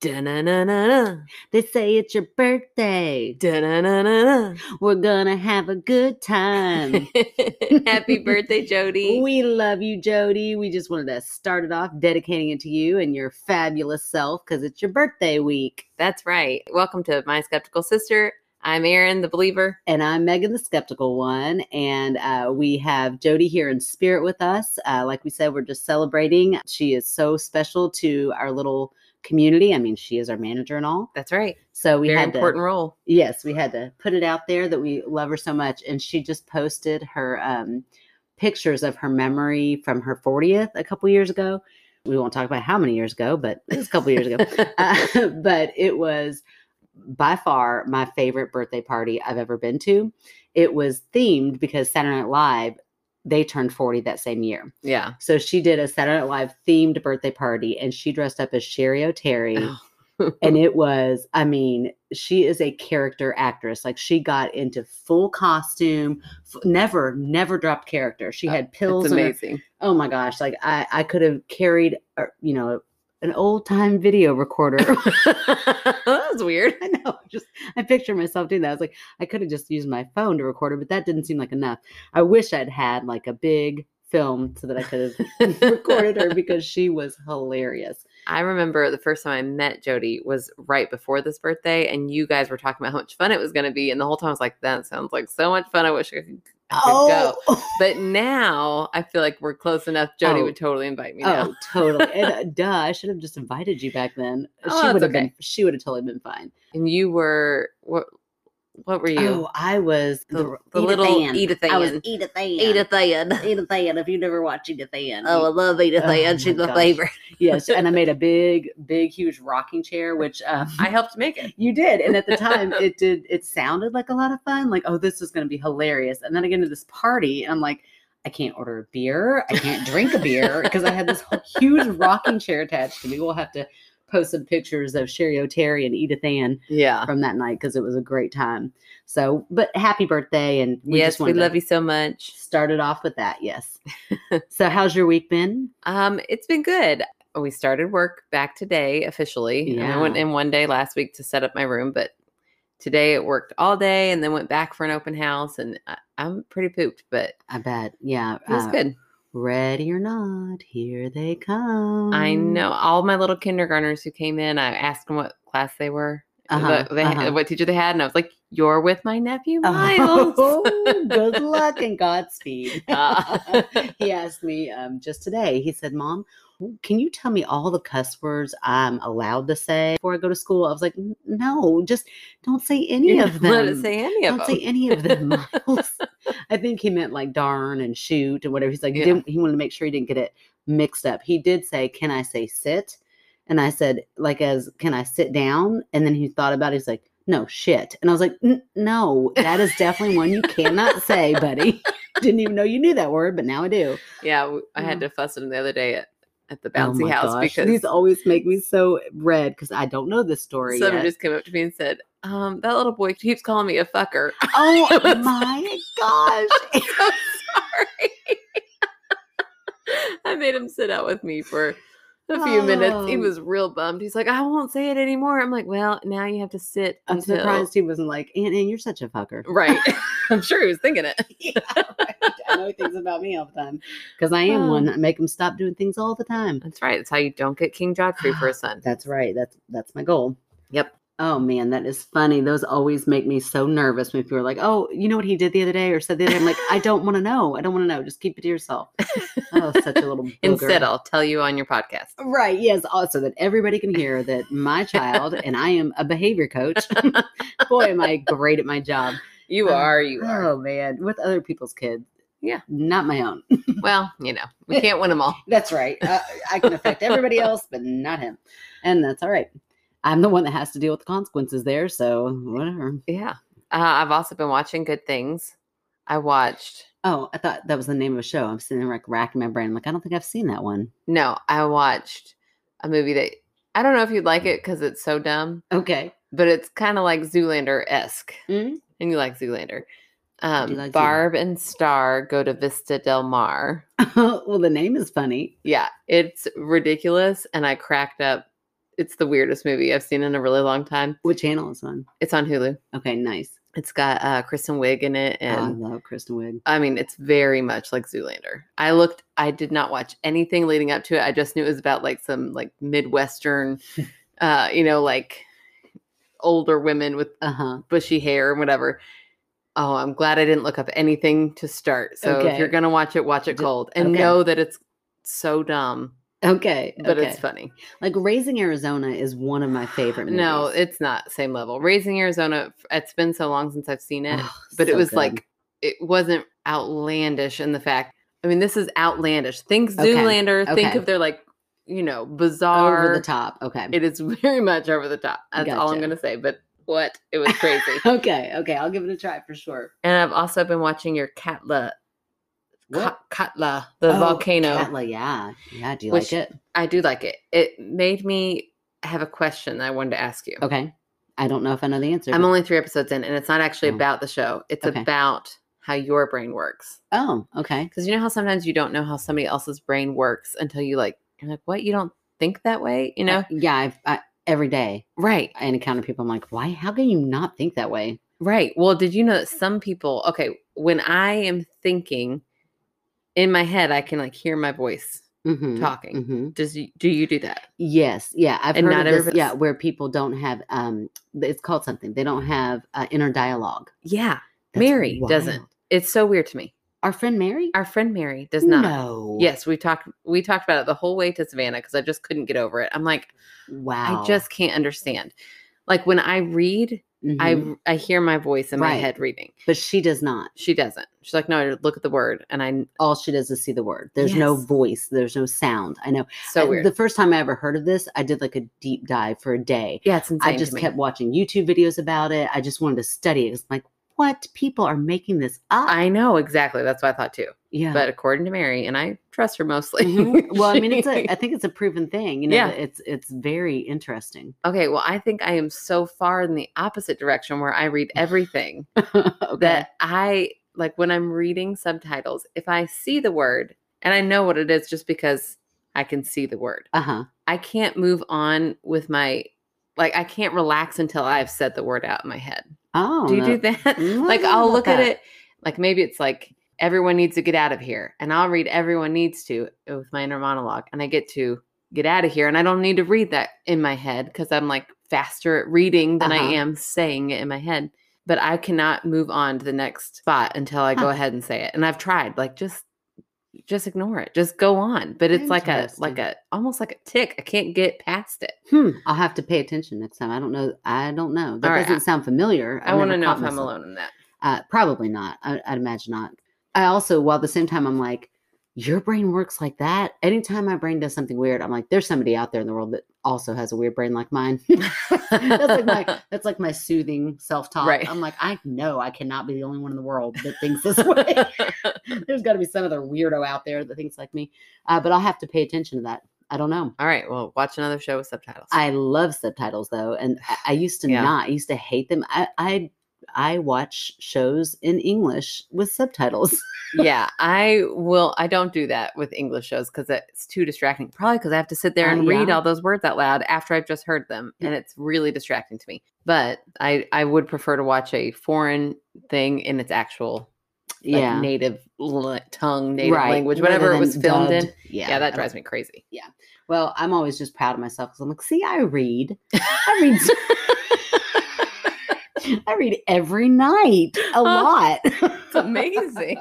Da-na-na-na-na. They say it's your birthday. Da-na-na-na-na. We're gonna have a good time. Happy birthday, Jody. we love you, Jody. We just wanted to start it off dedicating it to you and your fabulous self because it's your birthday week. That's right. Welcome to My Skeptical Sister. I'm Erin, the believer. And I'm Megan, the skeptical one. And uh, we have Jody here in spirit with us. Uh, like we said, we're just celebrating. She is so special to our little community. I mean, she is our manager and all. That's right. So we Very had to important role. yes we had to put it out there that we love her so much and she just posted her um, pictures of her memory from her 40th a couple years ago we won't talk about how many years ago but it was a couple years ago uh, but it was by far my favorite birthday party i've ever been to it was themed because saturday night live they turned 40 that same year yeah. so she did a saturday night live themed birthday party and she dressed up as sherry o'terry Oh. and it was i mean she is a character actress like she got into full costume f- never never dropped character she Oh, had pills it's in her- amazing. oh my gosh like i i could have carried uh, you know an old time video recorder that was weird. I know. Just I picture myself doing that. I was like, I could have just used my phone to record it, but that didn't seem like enough. I wish I'd had like a big film so that I could have recorded her because she was hilarious. I remember the first time I met Jody was right before this birthday, and you guys were talking about how much fun it was going to be. And the whole time I was like, that sounds like so much fun. I wish I could, I could Oh, go. But now I feel like we're close enough. Jody Oh. would totally invite me now. Oh, totally. And uh, duh, I should have just invited you back then. Oh, she that's would have been okay. she would have totally been fine. And you were what? What were you? Oh, I was the, the, the Edith little Ann. Edith Ann. I was Edith Ann. Ann. Edith Ann. If you never watched Edith Ann. Oh, I love Edith Oh Ann. my She's my gosh. favorite. yes. And I made a big, big, huge rocking chair, which um, I helped make it. you did. And at the time, it did. It sounded like a lot of fun. Like, oh, this is going to be hilarious. And then I get into this party, and I'm like, I can't order a beer. I can't drink a beer because I had this whole huge rocking chair attached to me. We'll have to post some pictures of Sherry O'Terry and Edith Ann Yeah. from that night because it was a great time. So, but happy birthday, and we yes, just we wanted love to you so much. start it off with that. Yes. so, how's your week been? Um, it's been good. We started work back today officially. And I went Yeah. in one day last week to set up my room, but today it worked all day and then went back for an open house. And I, I'm pretty pooped, but I bet. Yeah, it was uh, good. Ready or not, here they come. I know all my little kindergartners who came in. I asked them what class they were, Uh-huh, what, they, uh-huh. what teacher they had, and I was like, "You're with my nephew Miles." Oh, good luck and Godspeed. Ah. he asked me um, just today, he said, Mom, can you tell me all the cuss words I'm allowed to say before I go to school? I was like, "N- No, just don't say any You're of not allowed to them. say any of don't them. say any of them, Miles. I think he meant like darn and shoot and whatever. He's like, Yeah. didn't, he wanted to make sure he didn't get it mixed up. He did say, Can I say sit? And I said, like, as can I sit down? And then he thought about it. He's like, no, shit. And I was like, "N- no, that is definitely one you cannot say, buddy. Didn't even know you knew that word, but now I do. yeah, w- I had Mm. to fuss at him the other day at, at the Oh bouncy my house gosh, because these always make me so red because I don't know this story. someone yet. just came up to me and said, um, "That little boy keeps calling me a fucker." oh was- my gosh. I'm sorry. I made him sit out with me for a few minutes. He Oh. was real bummed. He's like, I won't say it anymore. I'm like, well, now you have to sit I'm until surprised he wasn't like, Aunt Ann, you're such a fucker. right. I'm sure he was thinking it. I know he thinks about me all the time because I am Oh. one. I make him stop doing things all the time. That's right. That's how you don't get King Godfrey Ah, for a son. That's right. That's that's my goal. Yep. Oh man, that is funny. Those always make me so nervous when people are like, "Oh, you know what he did the other day or said the other." day? I'm like, I don't want to know. I don't want to know. Just keep it to yourself. Oh, such a little booger. Instead, I'll tell you on your podcast. Right. Yes. Also, that everybody can hear that my child and I am a behavior coach. Boy, am I great at my job. You Oh, are, you are. Oh man, with other people's kids. Yeah. Not my own. Well, you know, we can't win them all. That's right. Uh, I can affect everybody else, but not him. And that's all right. I'm the one that has to deal with the consequences there. So whatever. Yeah. Uh, I've also been watching Good Things. I watched, Oh, I thought that was the name of a show. I'm sitting there like racking my brain. Like, I don't think I've seen that one. no, I watched a movie that I don't know if you'd like it because it's so dumb. Okay. but it's kind of like Zoolander esque. Mm. And you like Zoolander. Um, like Zoolander. Barb and Star go to Vista Del Mar. well, the name is funny. Yeah, it's ridiculous. And I cracked up it's the weirdest movie I've seen in a really long time. What channel is on? It's on Hulu. Okay, nice. It's got uh, Kristen Wiig in it, Oh, I and love Kristen Wiig. I mean, it's very much like Zoolander. I looked, I did not watch anything leading up to it. I just knew it was about like some like Midwestern, uh, you know, like older women with Uh huh. bushy hair and whatever. Oh, I'm glad I didn't look up anything to start. So if you're Okay. gonna watch it, watch it Ju- cold and okay. know that it's so dumb, Okay, but okay. it's funny. like Raising Arizona is one of my favorite movies. No, it's not same level. Raising Arizona. f- It's been so long since I've seen it, Oh, but it so was good. like it wasn't outlandish in the fact. I mean, this is outlandish. Think Okay, Zoolander. Think okay. of their like, you know, over bizarre. the top. Okay. It is very much over the top. That's all I'm Gotcha. gonna say. But what it was crazy. okay. Okay. I'll give it a try for sure. and I've also been watching your Katla Ka- What? Katla, the Oh, volcano. Katla, yeah. Yeah. Do you Which- like it? I do like it. It made me have a question that I wanted to ask you. Okay. I don't know if I know the answer. I'm but- only three episodes in, and it's not actually Oh. about the show. It's Okay. about how your brain works. Oh, okay. Because you know how sometimes you don't know how somebody else's brain works until you like, you're like, what? You don't think that way? You know? Uh, yeah. I've, I, every day right. I encounter people. I'm like, why? How can you not think that way? Right. Well, did you know that some people, okay, when I am thinking in my head, I can like hear my voice Mhm, talking. mhm. Does you, do you do that? Yes. Yeah. I've And heard not of this, everybody's- yeah, where people don't have, um, it's called something. They don't have uh, inner dialogue. Yeah. That's Mary doesn't. wild. It's so weird to me. Our friend Mary Our friend Mary does not. No. Yes, we talked we talked about it the whole way to Savannah because I just couldn't get over it. I'm like, Wow. I just can't understand. Like when I read, Mhm. I I hear my voice in my Right. head reading. But she does not. She doesn't. She's like, no, I look at the word, and I All she does is see the word. There's no Yes. voice. There's no sound. I know. so I- weird. The first time I ever heard of this, I did like a deep dive for a day. yeah, it's insane. I just to me. kept watching YouTube videos about it. I just wanted to study it. It's like, what? People are making this up. I know exactly. That's what I thought too. yeah. But according to Mary, and I trust her mostly. Mhm. Well, I mean, it's she- a. I think it's a proven thing. You know, Yeah. that it's it's very interesting. okay. Well, I think I am so far in the opposite direction where I read everything okay. that I like when I'm reading subtitles, if I see the word and I know what it is just because I can see the word, Uh huh. I can't move on with my like I can't relax until I've said the word out in my head. Oh. do you no. do that? Mm, I like don't know I'll about look at that. it like maybe it's like everyone needs to get out of here and I'll read everyone needs to with my inner monologue and I get to get out of here and I don't need to read that in my head cuz I'm like faster at reading than Uh-huh. I am saying it in my head. But I cannot move on to the next spot until I go Huh. ahead and say it. And I've tried like just just ignore it. Just go on. But it's like a like Interesting. a almost like a tick. I can't get past it. Hmm. I'll have to pay attention next time. I don't know. I don't know. That All right, doesn't I- sound familiar. I I've want to never know if caught I'm myself. alone in that. Uh, probably not. I, I'd imagine not. I also, while at the same time, I'm like, your brain works like that. Anytime my brain does something weird, I'm like, there's somebody out there in the world that also has a weird brain like mine. that's like my that's like my soothing self talk. Right. I'm like, I know I cannot be the only one in the world that thinks this way. there's got to be some other weirdo out there that thinks like me. Uh, but I'll have to pay attention to that. I don't know. All right. Well, watch another show with subtitles. I love subtitles though, and I, I used to Yeah. not. I used to hate them. I I I watch shows in English with subtitles. yeah, I will. I don't do that with English shows because it's too distracting. Probably because I have to sit there Uh, and read yeah. all those words out loud after I've just heard them, and it's really distracting to me. But I, I would prefer to watch a foreign thing in its actual like, yeah, native l- tongue, native right. language, rather whatever it was than filmed in. dubbed. Yeah, Yeah, that drives me crazy. Well, I'm always just proud of myself because I'm like, see, I read, I read. s- I read every night a lot. It's amazing.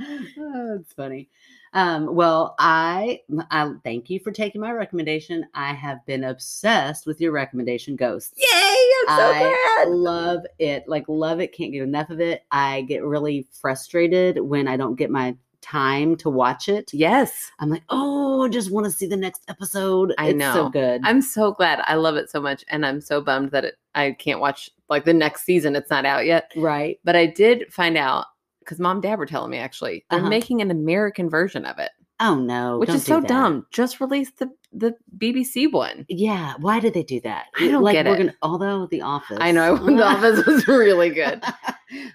oh, it's funny. Um, well, I, I thank you for taking my recommendation. I have been obsessed with your recommendation, Ghosts. Yay! I'm so I glad. love it. Like love it. Can't get enough of it. I get really frustrated when I don't get my time to watch it. Yes, I'm like, oh, I just want to see the next episode. I it's know. so good. I'm so glad. I love it so much, and I'm so bummed that it, I can't watch like the next season. It's not out yet. right. But I did find out because mom and dad were telling me actually they're Uh-huh. making an American version of it, Oh no, which don't is do so that. dumb. Just release the the BBC one. Yeah, why did they do that? I don't like, get we're it. Gonna, although The Office, I know The Office was really good.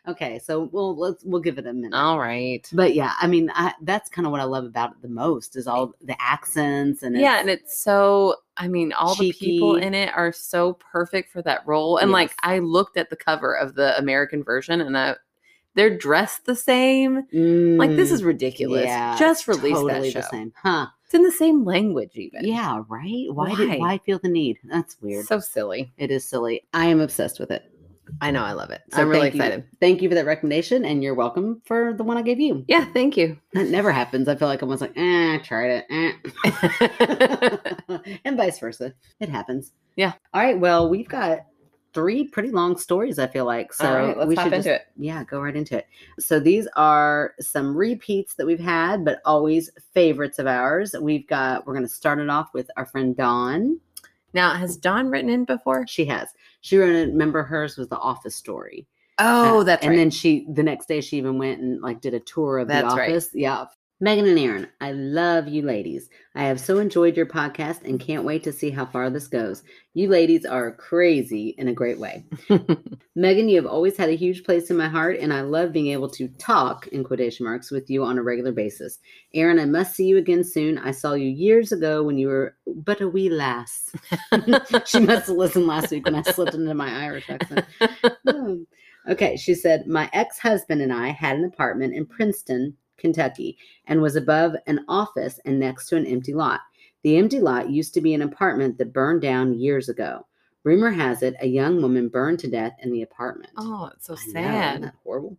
okay, so we'll let's we'll give it a minute. All right. But yeah, I mean, I, that's kind of what I love about it the most is all the accents and yeah, it's- and it's so. I mean, all the people Cheeky. in it are so perfect for that role. And like, Yes. I looked at the cover of the American version, and I, they're dressed the same. Like, this Mm, is ridiculous. yeah, Just release totally that the show. same, huh? It's in the same language, even. Yeah, right. Why, did Why? why feel the need? That's weird. So silly. it is silly. I am obsessed with it. I know. I love it. So I'm really thank you- excited. Thank you for that recommendation, and you're welcome for the one I gave you. Yeah. Thank you. That never happens. I feel like I'm almost like, eh, I tried it, eh. and vice versa. It happens. Yeah. All right. Well, we've got three pretty long stories. I feel like so. All right. Let's we hop should into it. just- Yeah, go right into it. So these are some repeats that we've had, but always favorites of ours. We've got. We're going to start it off with our friend Dawn. Now, has Dawn written in before? She has. She wrote. it- Remember, hers was the office story. Oh, Uh, that's and right. then she the next day she even went and like did a tour of That's the right. office. Yeah. Megan and Aaron, I love you ladies. I have so enjoyed your podcast and can't wait to see how far this goes. You ladies are crazy in a great way. Megan, you have always had a huge place in my heart, and I love being able to talk in quotation marks with you on a regular basis. Aaron, I must see you again soon. I saw you years ago when you were but a wee lass. she must have listened last week when I slipped into my Irish accent. Oh. Okay, she said, My ex husband and I had an apartment in Princeton, Kentucky, and was above an office and next to an empty lot. The empty lot used to be an apartment that burned down years ago. Rumor has it a young woman burned to death in the apartment. oh, it's so I know, isn't sad. that horrible?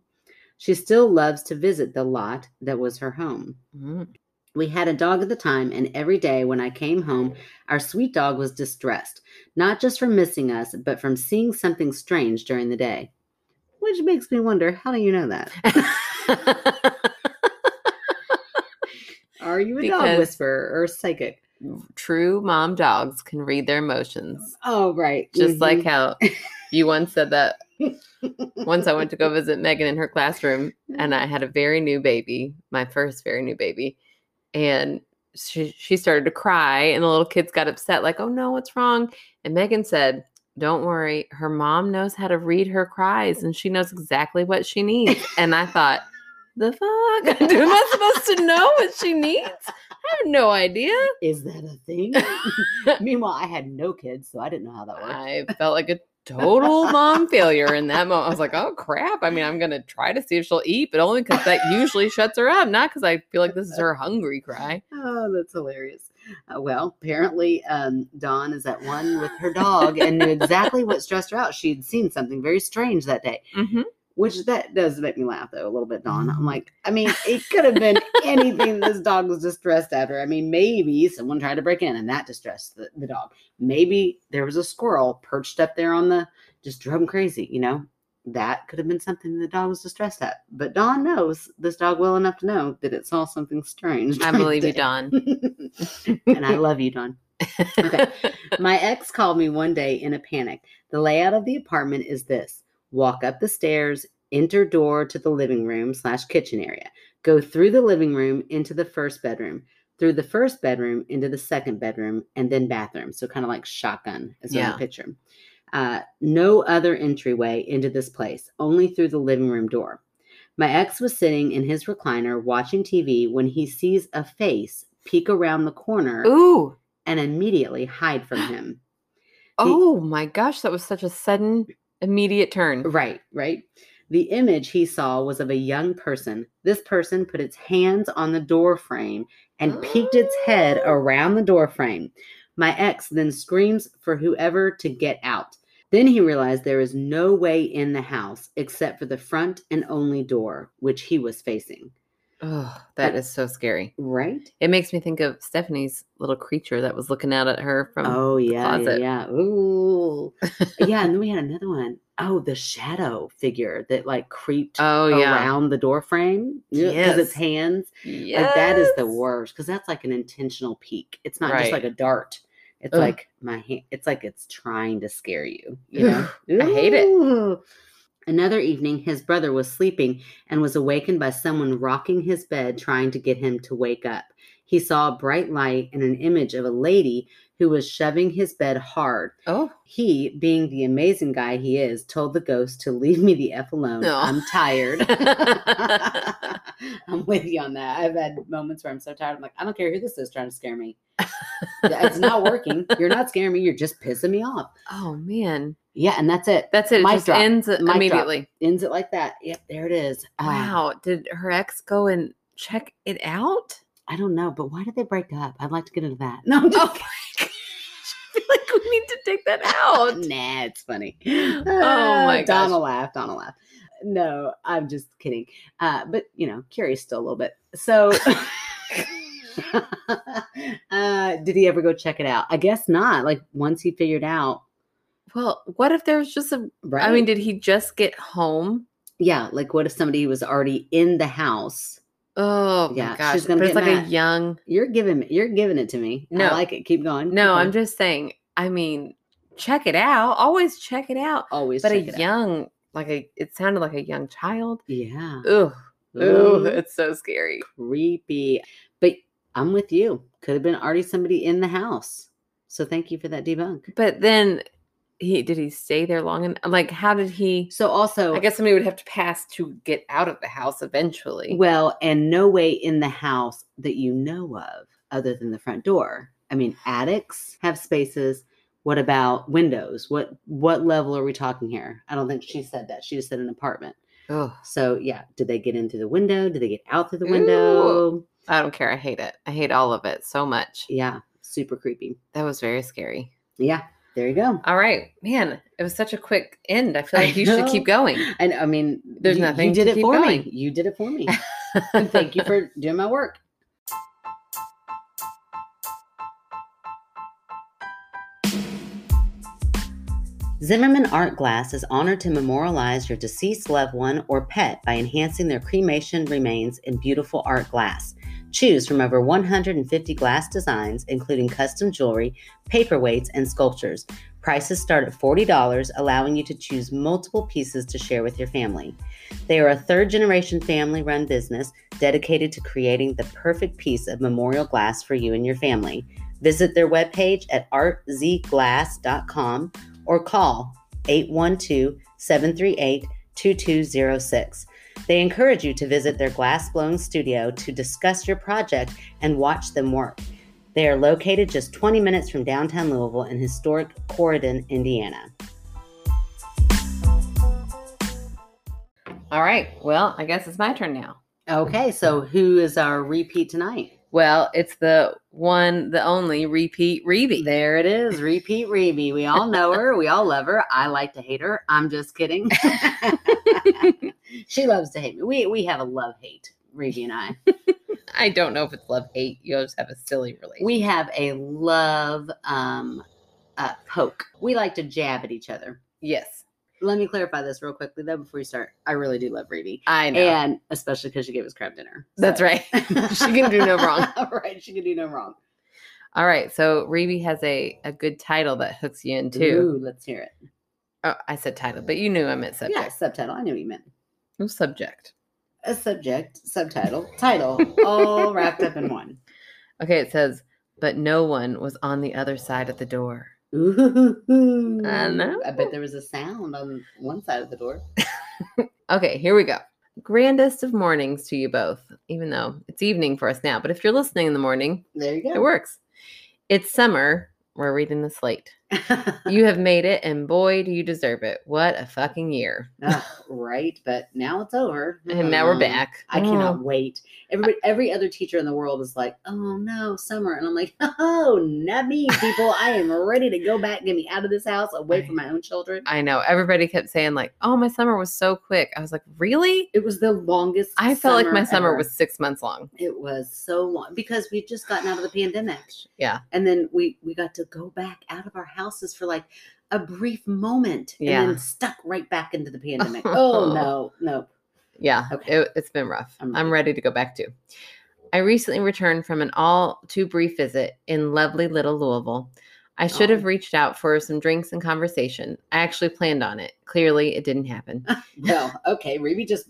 She still loves to visit the lot that was her home. Mm. We had a dog at the time, and every day when I came home, our sweet dog was distressed, not just from missing us, but from seeing something strange during the day. Which makes me wonder how do you know that? Mm. Are you a Because- dog whisperer or psychic? True mom dogs can read their emotions, Oh, right. just like mhm. how you once said that. Once I went to go visit Megan in her classroom, and I had a very new baby, my first very new baby, and she she started to cry, and the little kids got upset, like, "Oh no, what's wrong?" And Megan said, "Don't worry, her mom knows how to read her cries, and she knows exactly what she needs." And I thought, "The fuck? Am I supposed to know what she needs? I have no idea." Is that a thing? Meanwhile, I had no kids, so I didn't know how that worked. I felt like a total mom failure in that moment. I was like, oh crap. I mean, I'm going to try to see if she'll eat, but only because that usually shuts her up, not because I feel like this is her hungry cry. Oh, that's hilarious. Uh, well, apparently, um, Dawn is at one with her dog and knew exactly what stressed her out. She had seen something very strange that day. Mm-hmm. which that does make me laugh though a little bit dawn i'm like i mean it could have been anything this dog was distressed after i mean maybe someone tried to break in and that distressed the, the dog maybe there was a squirrel perched up there on the just drove him crazy you know that could have been something the dog was distressed at but dawn knows this dog well enough to know that it saw something strange I during the believe you, day. Don. and i love you dawn Okay. my ex called me one day in a panic. The layout of the apartment is this walk up the stairs, enter door to the living room slash kitchen area, go through the living room into the first bedroom, through the first bedroom into the second bedroom, and then bathroom. So kind of like shotgun is what Yeah. I picture. Uh, no other entryway into this place, only through the living room door. My ex was sitting in his recliner watching TV when he sees a face peek around the corner Ooh. and immediately hide from him. Oh my gosh. That was such a sudden, immediate turn. Right, right. The image he saw was of a young person. This person put its hands on the door frame and peeked its head around the door frame. My ex then screams for whoever to get out. Then he realized there is no way in the house except for the front and only door, which he was facing. Oh, that is so scary. Right? It makes me think of Stephanie's little creature that was looking out at her from. Oh yeah, yeah, closet. yeah. Ooh, yeah. And then we had another one. Oh, the shadow figure that like creeped Oh, yeah. around the door frame because its Yes. hands. Like that is the Yes. worst because that's like an intentional peek. It's not just Right. like a dart. It's Ugh. like my hand. It's like it's trying to scare you. You know, I hate it. Ooh. Another evening, his brother was sleeping and was awakened by someone rocking his bed, trying to get him to wake up. he saw a bright light and an image of a lady who was shoving his bed hard. Oh, He, being the amazing guy he is, told the ghost to leave me the F alone. No. I'm tired. I'm with you on that. I've had moments where I'm so tired. I'm like, I don't care who this is trying to scare me. It's not working. You're not scaring me. You're just pissing me off. oh man, Yeah, and that's it. that's it. It Mic just drop. ends drop. immediately. Ends it like that. Yep, there it is. Ah, Wow, did her ex go and check it out? I don't know, but why did they break up? I'd like to get into that. No, I'm just Oh my gosh. I feel like we need to take that out. nah, it's funny. Oh my Ah, Donna gosh. laughed. Donna laughed. No, I'm just kidding. Uh, but you know, curious still a little bit. So, uh, did he ever go check it out? I guess not. Like once he figured out, Well, what if there was just a? right? I mean, did he just get home? yeah. Like, what if somebody was already in the house? Oh Yeah, my gosh, she's gonna but it's get like a mad. young. You're giving you're giving it to me. I No. like it. Keep going. No, Keep I'm going. just saying. I mean, check it out. Always check it out. always. But a check it out. young, like a, it sounded like a young child. yeah, Ugh, Ooh. ugh, it's so scary. creepy. But I'm with you. Could have been already somebody in the house. So thank you for that debunk. But then, he did he stay there long? And like, how did he? So also, I guess somebody would have to pass to get out of the house eventually. well, and no way in the house that you know of other than the front door. I mean, attics have spaces. What about windows? What what level are we talking here? I don't think she said that. She just said an apartment. Ugh, So yeah, did they get in through the window? Did they get out through the Ooh. window? I don't care. I hate it. I hate all of it so much. Yeah, super creepy. That was very scary. Yeah, there you go. All right, man. It was such a quick end. I feel I like you should keep going. And I mean, There's you, nothing You did to it keep for going. me. You did it for me. And thank you for doing my work. Zimmerman Art Glass is honored to memorialize your deceased loved one or pet by enhancing their cremation remains in beautiful art glass. Choose from over 150 glass designs, including custom jewelry, paperweights, and sculptures. Prices start at $40, allowing you to choose multiple pieces to share with your family. They are a third generation family run business dedicated to creating the perfect piece of memorial glass for you and your family. Visit their webpage at artzglass.com or call 812 738 2206. They encourage you to visit their glass blowing studio to discuss your project and watch them work. They are located just 20 minutes from downtown Louisville in historic Corridon, Indiana. All right. Well, I guess it's my turn now. Okay, so who is our repeat tonight? Well, it's the one, the only repeat Reeby. There it is. Repeat Reby. We all know her. We all love her. I like to hate her. I'm just kidding. she loves to hate me. We we have a love hate, Reby and I. I don't know if it's love hate. You'll just have a silly relationship. We have a love um uh, poke. We like to jab at each other. yes, Let me clarify this real quickly though before we start. I really do love Reby. I know. And especially because she gave us crab dinner. That's So- right. She can do no wrong. right. She can do no wrong. All right. So Reeby has a a good title that hooks you in too. Ooh, let's hear it. Oh, I said title, but you knew I meant subject. Yeah, subtitle. I knew what you meant. No subject. a subject, subtitle, title, all wrapped up in one. Okay. It says, but no one was on the other side of the door. Ooh, I know. I bet there was a sound on one side of the door. Okay, here we go. Grandest of mornings to you both, even though it's evening for us now. But if you're listening in the morning, There you it go. works. It's summer. We're reading the slate. You have made it, and boy, do you deserve it. What a fucking year. Ah, right, but now it's over. And now we're Um, back. Oh, I cannot wait. Everybody, every other teacher in the world is like, "Oh no, summer," and I'm like, "Oh, not me, people! I am ready to go back. Get me out of this house, away from my own children." I know. Everybody kept saying, like, oh, my summer was so quick. I was like, really? It was the longest. I felt like my summer ever. was six months long. It was so long because we just gotten out of the pandemic. Yeah. and then we we got to go back out of our houses for like a brief moment and Yeah. then stuck right back into the pandemic oh no no Yeah. Okay. It, it's been rough. I'm I'm ready to go back to. I recently returned from an all too brief visit in lovely little Louisville. I should Oh. have reached out for some drinks and conversation. I actually planned on it. Clearly, it didn't happen. no okay ruby just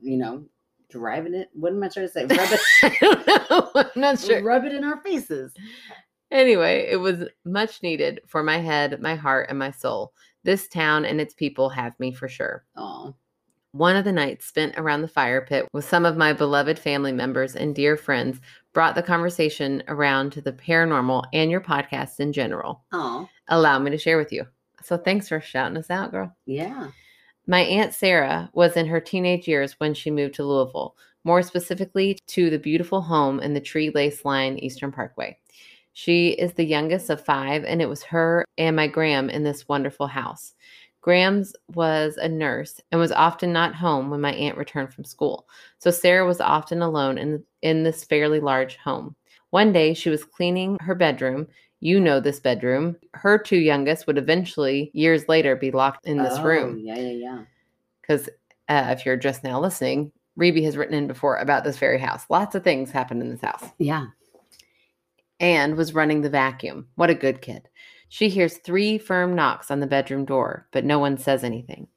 you know driving it. What am I trying to say? Rub I don't know. I'm not it, sure. rub it in our faces. Anyway, it was much needed for my head, my heart, and my soul. This town and its people have me for sure. Oh, One of the nights spent around the fire pit with some of my beloved family members and dear friends brought the conversation around to the paranormal and your podcast in general. oh, Allow me to share with you. So thanks for shouting us out, girl. yeah. My Aunt Sarah was in her teenage years when she moved to Louisville, more specifically to the beautiful home in the Tree Lace Line Eastern Parkway. She is the youngest of five, and it was her and my Graham in this wonderful house. Graham's was a nurse and was often not home when my aunt returned from school, so Sarah was often alone in, in this fairly large home. One day she was cleaning her bedroom. You know this bedroom. Her two youngest would eventually, years later, be locked in this Oh, room Yeah, yeah, yeah. because uh, if you're just now listening, Reby has written in before about this very house. Lots of things happened in this house Yeah. and was running the vacuum. What a good kid. She hears three firm knocks on the bedroom door, but no one says anything.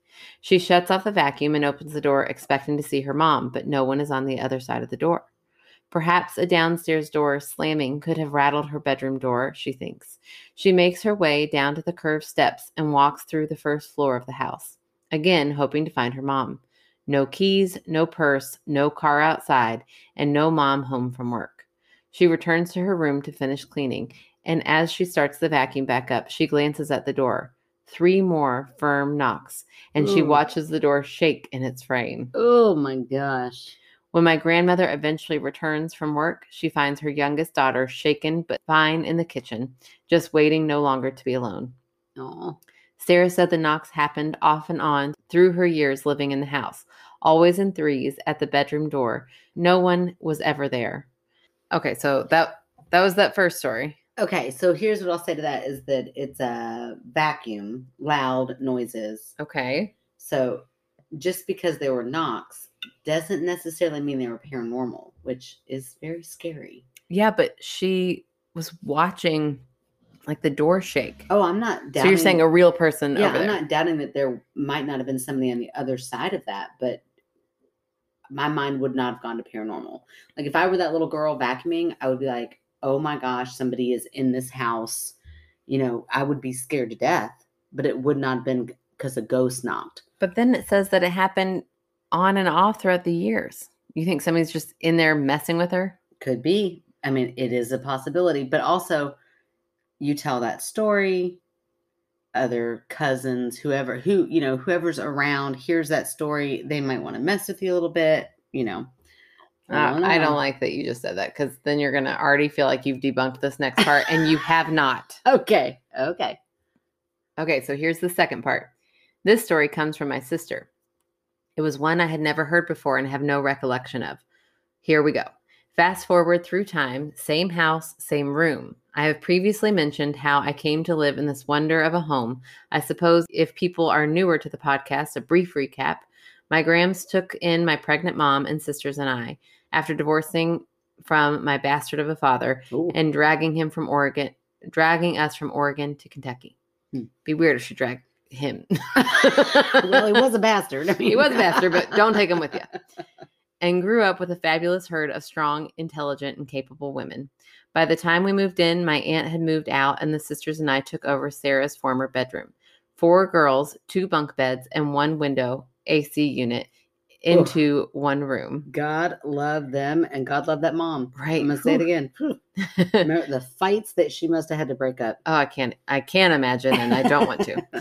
She shuts off the vacuum and opens the door, expecting to see her mom, but no one is on the other side of the door. Perhaps a downstairs door slamming could have rattled her bedroom door, she thinks. She makes her way down to the curved steps and walks through the first floor of the house, again hoping to find her mom. No keys, no purse, no car outside, and no mom home from work. She returns to her room to finish cleaning, and as she starts the vacuum back up, she glances at the door. Three more firm knocks, and she Ooh. watches the door shake in its frame. Oh my gosh. When my grandmother eventually returns from work, she finds her youngest daughter shaken but fine in the kitchen, just waiting no longer to be alone. Oh, Sarah said the knocks happened off and on through her years living in the house, always in threes at the bedroom door. No one was ever there. Okay, so that that was that first story. Okay, so here's what I'll say to that is that it's a vacuum, loud noises. Okay. So just because there were knocks doesn't necessarily mean they were paranormal, which is very scary. Yeah, but she was watching like the door shake. Oh, I'm not doubting. so you're saying a real person yeah, over I'm there. not doubting that there might not have been somebody on the other side of that, but my mind would not have gone to paranormal. Like if I were that little girl vacuuming, I would be like, "Oh my gosh, somebody is in this house." You know, I would be scared to death, but it would not have been because a ghost knocked. But then it says that it happened on and off throughout the years. You think somebody's just in there messing with her? Could be. I mean, it is a possibility, but also you tell that story, other cousins, whoever who, you know, whoever's around hears that story, they might want to mess with you a little bit, you know. Uh, I know. don't like that you just said that because then you're gonna already feel like you've debunked this next part and you have not. Okay. Okay. Okay, so here's the second part. This story comes from my sister. It was one I had never heard before and have no recollection of. Here we go. Fast forward through time, same house, same room. I have previously mentioned how I came to live in this wonder of a home. I suppose if people are newer to the podcast, a brief recap. My Grams took in my pregnant mom and sisters and I after divorcing from my bastard of a father Ooh. and dragging him from Oregon, dragging us from Oregon to Kentucky. Hmm. Be weird if she dragged him. well, he was a bastard. I mean, he was a bastard, but don't take him with you. And grew up with a fabulous herd of strong, intelligent, and capable women. By the time we moved in, my aunt had moved out, and the sisters and I took over Sarah's former bedroom. Four girls, two bunk beds, and one window AC unit into one room. God love them and God love that mom. Right. I'm going to say it again. Phew. Remember the fights that she must have had to break up. Oh, I can't I can't imagine and I don't want to.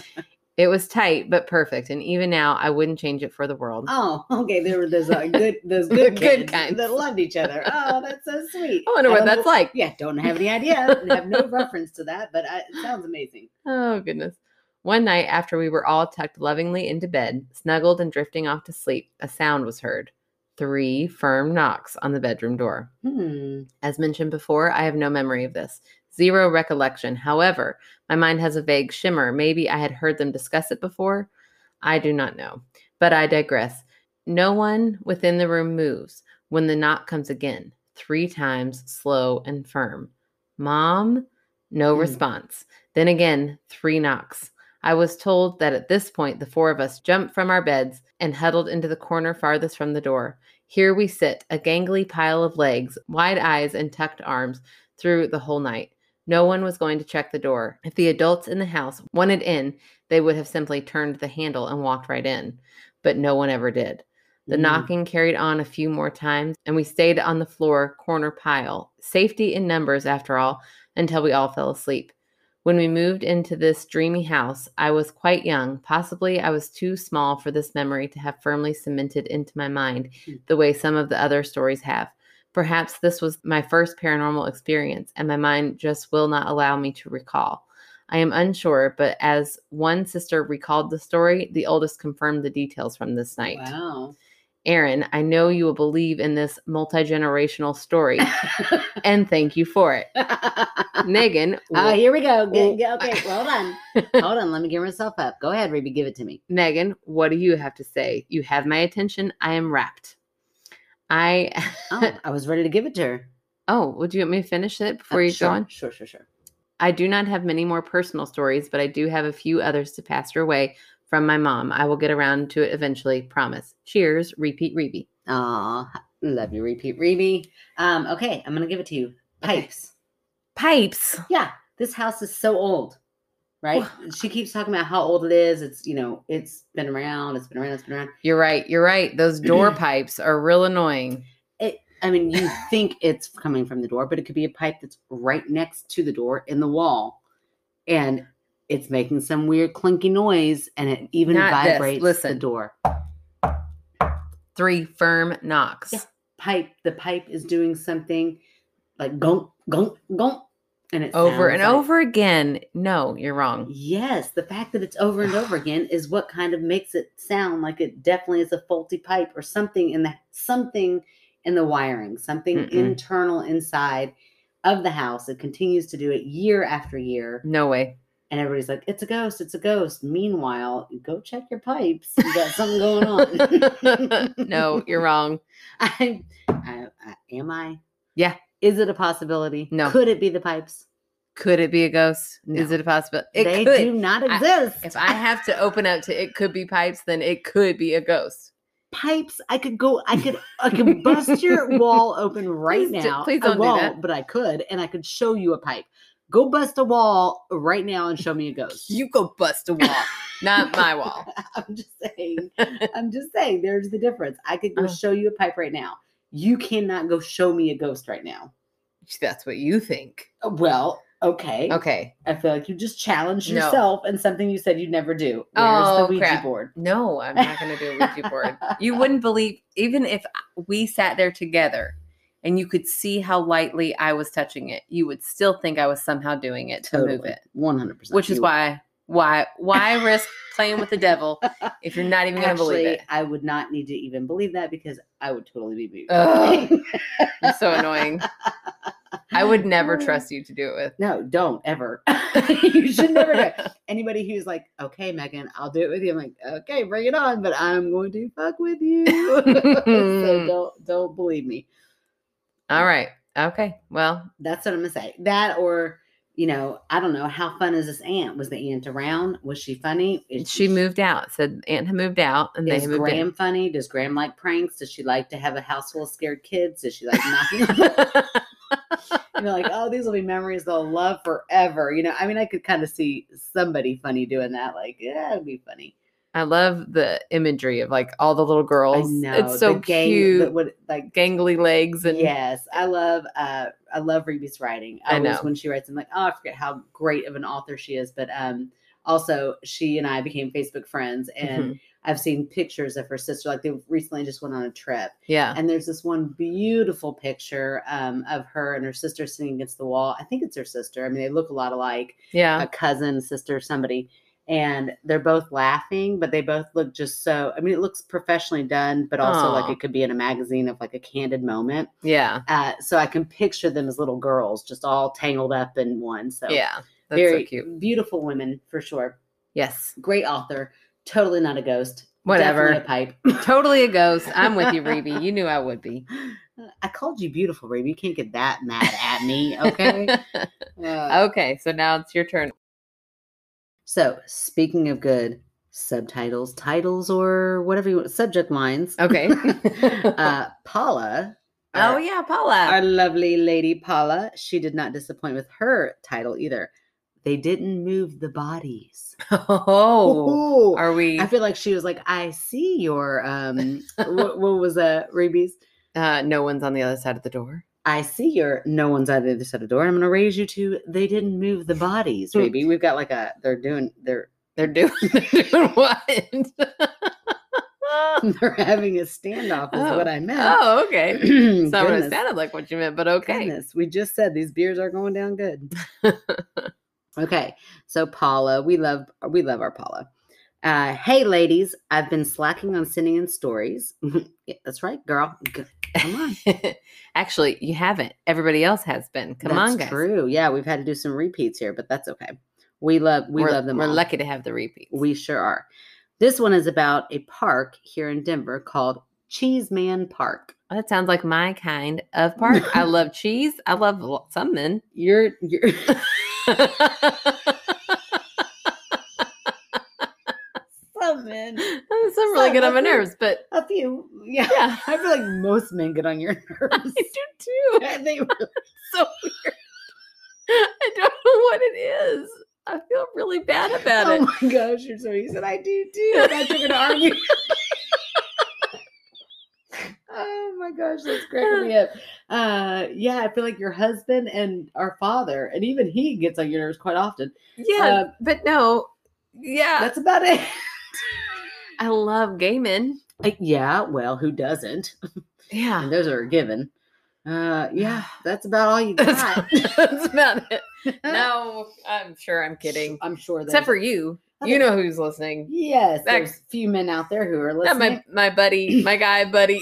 It was tight but perfect, and even now I wouldn't change it for the world. Oh, okay. There were those uh, good, those The good, good kids kinds. that loved each other. Oh, that's so sweet. I wonder what don't that's know- like. Yeah, don't have any idea. and have no reference to that, but I, it sounds amazing. Oh, goodness. One night, after we were all tucked lovingly into bed, snuggled and drifting off to sleep, a sound was heard three firm knocks on the bedroom door. Hmm. As mentioned before, I have no memory of this, zero recollection. However, my mind has a vague shimmer. Maybe I had heard them discuss it before. I do not know, but I digress. No one within the room moves when the knock comes again, three times, slow and firm. Mom, no Hmm. response. Then again, three knocks. I was told that at this point, the four of us jumped from our beds and huddled into the corner farthest from the door. Here we sit, a gangly pile of legs, wide eyes, and tucked arms through the whole night. No one was going to check the door. If the adults in the house wanted in, they would have simply turned the handle and walked right in. But no one ever did. The Mm. knocking carried on a few more times, and we stayed on the floor corner pile. Safety in numbers, after all, until we all fell asleep. When we moved into this dreamy house, I was quite young. Possibly I was too small for this memory to have firmly cemented into my mind Mm. the way some of the other stories have. Perhaps this was my first paranormal experience, and my mind just will not allow me to recall. I am unsure, but as one sister recalled the story, the oldest confirmed the details from this night. Wow. Aaron, I know you will believe in this multi generational story, and thank you for it. Megan, Oh, w- here we go. Well- Get, get- okay, well, hold on. hold on. Let me get myself up. Go ahead, Ruby. Give it to me. Megan, what do you have to say? You have my attention. I am wrapped. I Oh, I was ready to give it to her. oh, would you want me to finish it before Oh, you sure, go on? Sure, sure, sure. I do not have many more personal stories, but I do have a few others to pass your way from my mom. I will get around to it eventually. Promise. Cheers. Repeat. Repeat. Aw, love you, repeat, Remy. Um, okay, I'm gonna give it to you. Pipes. Pipes. Yeah, this house is so old, right? she keeps talking about how old it is. It's you know, it's been around. It's been around. It's been around. You're right. You're right. Those door pipes are real annoying. It. I mean, you think it's coming from the door, but it could be a pipe that's right next to the door in the wall, and it's making some weird clinky noise, and it even Not this. vibrates the Listen. door. Three firm knocks. Yeah. Pipe. The pipe is doing something like gonk, gonk, gonk, and it over and sounds like- over again. No, you're wrong. Yes, the fact that it's over and over again is what kind of makes it sound like it definitely is a faulty pipe or something in the something in the wiring, something Mm-mm. internal inside of the house. It continues to do it year after year, No way. and everybody's like, "It's a ghost, it's a ghost." Meanwhile, go check your pipes. You got something going on. no, you're wrong. I, I, I am I. Yeah. Is it a possibility? No. Could it be the pipes? Could it be a ghost? Is No. it a possibility? It they could. do not I- exist. If I have to open up to it could be pipes, then it could be a ghost. pipes. I could go. I could. I could bust your wall open right Please do- now. please a don't do wall, that. But I could, and I could show you a pipe. Go bust a wall right now and show me a ghost. You go bust a wall, not my wall. I'm just saying. I'm just saying. There's the difference. I could go Uh. show you a pipe right now. You cannot go show me a ghost right now. That's what you think. Uh, Well, okay. Okay. I feel like you just challenged No. yourself and something you said you'd never do. Where's Oh, the Ouija crap. board? No, I'm not going to do a Ouija board. You wouldn't believe, even if we sat there together and you could see how lightly I was touching it, you would still think I was somehow doing it to move it. One hundred percent. which is why why why risk playing with the devil if you're not even going to believe it I would not need to even believe that because I would totally be moved. Ugh. You're so annoying i would never trust you to do it with No, don't ever. you should never. Do. it. Anybody who's like, okay, Megan, I'll do it with you. I'm like, okay, bring it on, but I'm going to fuck with you. so don't don't believe me. all right okay well That's what I'm gonna say. That or you know, I don't know. How fun is this aunt? Was the aunt around? Was she funny? Is she moved out said aunt had moved out and they Is had moved Graham in funny? Does Graham like pranks? Does she like to have a house full of scared kids? Does she like knocking on and they're like, oh, these will be memories they'll love forever. You know, I mean, I could kind of see somebody funny doing that. Like, yeah, it'd be funny. i love the imagery of like all the little girls I know it's so the gang- cute That would, like, gangly legs and yes, I love, uh, I love Reeby's writing. I, I always know. when she writes, I'm like, oh, I forget how great of an author she is. But um, also, she and I became Facebook friends, and Mhm. I've seen pictures of her sister. Like, they recently just went on a trip, yeah and there's this one beautiful picture um, of her and her sister sitting against the wall. I think it's her sister. I mean, they look a lot alike. yeah a cousin, sister, somebody, and they're both laughing, but they both look just so. I mean, it looks professionally done, but also Aw. like it could be in a magazine of like a candid moment. yeah Uh, so I can picture them as little girls, just all tangled up in one. So yeah that's very so cute beautiful women for sure. yes Great author, totally not a ghost. Whatever. definitely a pipe. totally a ghost i'm with you reby you knew i would be I called you beautiful, baby. You can't get that mad at me, okay? Uh, Oh. Okay, so now it's your turn. So, speaking of good, subtitles, titles, or whatever you want, subject lines. Okay. uh, Paula. oh our- yeah, Paula. Our lovely lady Paula. She did not disappoint with her title either. They didn't move the bodies. oh, Ooh. are we? I feel like she was like, I see your um what, what was uh rabies? Uh, no one's on the other side of the door. I see your no one's on the other side of the door. I'm gonna raise you to they didn't move the bodies, Hmm. baby. We've got like a they're doing they're They're doing, they're doing what? they're having a standoff is what I meant. oh, okay. It's not what it goodness, sounded like what you meant, but okay. goodness. We just said these beers are going down good. okay. So Paula, we love we love our Paula. Uh, hey ladies, I've been slacking on sending in stories. Yeah, that's right, girl. Good. Come on. Actually, you haven't. Everybody else has been. Come that's on, guys. True. Yeah, we've had to do some repeats here, but that's okay. We love we are love them. We're all. lucky to have the repeats. We sure are. This one is about a park here in Denver called Cheese Man Park. Oh, that sounds like my kind of park. I love cheese. I love lo- something. You're you're some men, I'm so really good on my Something. nerves, but a few. Yeah. yeah, I feel like most men get on your I nerves. do too. I think so weird. I don't know what it is. I feel really bad about oh it. my gosh, you're so he said I do too. And I took it to argue. oh my gosh, that's cracking me up. Uh yeah, I feel like your husband and our father, and even he gets on your nerves quite often. Yeah, Uh, but no. Yeah, That's about it. I love gay men. Uh, yeah, well, who doesn't? Yeah, And those are a given. Uh, yeah, that's about all you got. that's, that's about it. No, I'm sure I'm kidding. I'm sure. Except for there's- you. I You think- know who's listening. yes, That- there's few men out there who are Not listening. my my buddy, my guy buddy.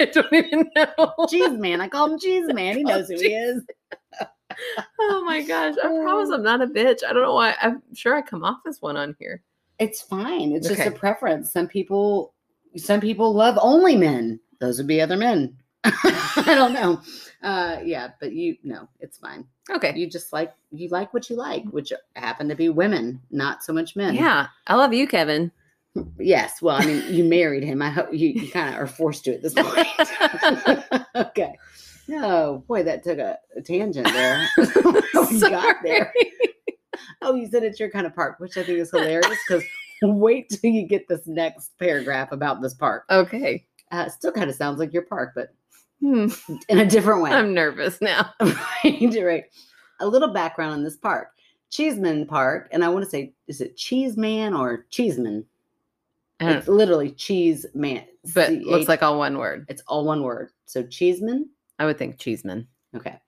I don't even know. Cheese man, I call him Cheese man. He knows who he is. Oh my gosh! I promise I'm not a bitch. I don't know why. I'm sure I come off as one on here. It's fine. It's just a Okay. preference. Some people, some people love only men. Those would be other men. I don't know. Uh, yeah, but you no, it's fine. Okay. You just like you like what you like, which happen to be women, not so much men. Yeah, I love you, Kevin. Yes. Well, I mean, you married him. I hope you, you kind of are forced to at this point. okay. No, boy, that took a, a tangent there. we got there. Oh, you said it's your kind of park, which I think is hilarious because wait till you get this next paragraph about this park. Okay. Uh, still kind of sounds like your park, but Hmm, in a different way. I'm nervous now. right, right. A little background on this park. Cheeseman Park, and I want to say, is it Cheeseman or Cheeseman? I don't- It's literally Cheese Man. but C looks H- like all one word. It's all one word. So Cheeseman. I would think Cheeseman. Okay.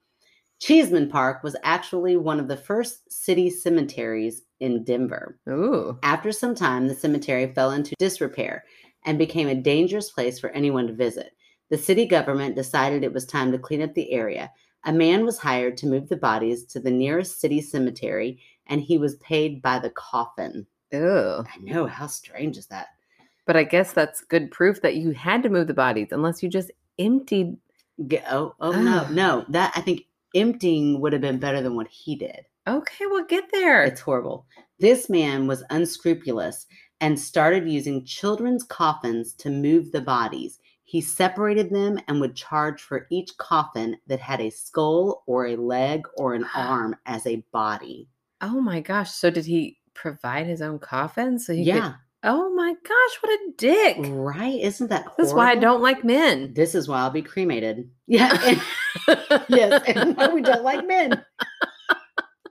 Cheeseman Park was actually one of the first city cemeteries in Denver. Ooh. After some time, the cemetery fell into disrepair and became a dangerous place for anyone to visit. The city government decided it was time to clean up the area. A man was hired to move the bodies to the nearest city cemetery, and he was paid by the coffin. Ooh. I know, how strange is that? But I guess that's good proof that you had to move the bodies unless you just emptied. G- Oh, oh no, Ah. no. That I think emptying would have been better than what he did. Okay, we'll get there. It's horrible. This man was unscrupulous and started using children's coffins to move the bodies. He separated them and would charge for each coffin that had a skull or a leg or an arm as a body. oh my gosh. So did he provide his own coffin? So he could- yeah, oh my gosh, what a dick. right? Isn't that horrible? That's why I don't like men. This is why I'll be cremated. Yeah. and- yes, and why we don't like men.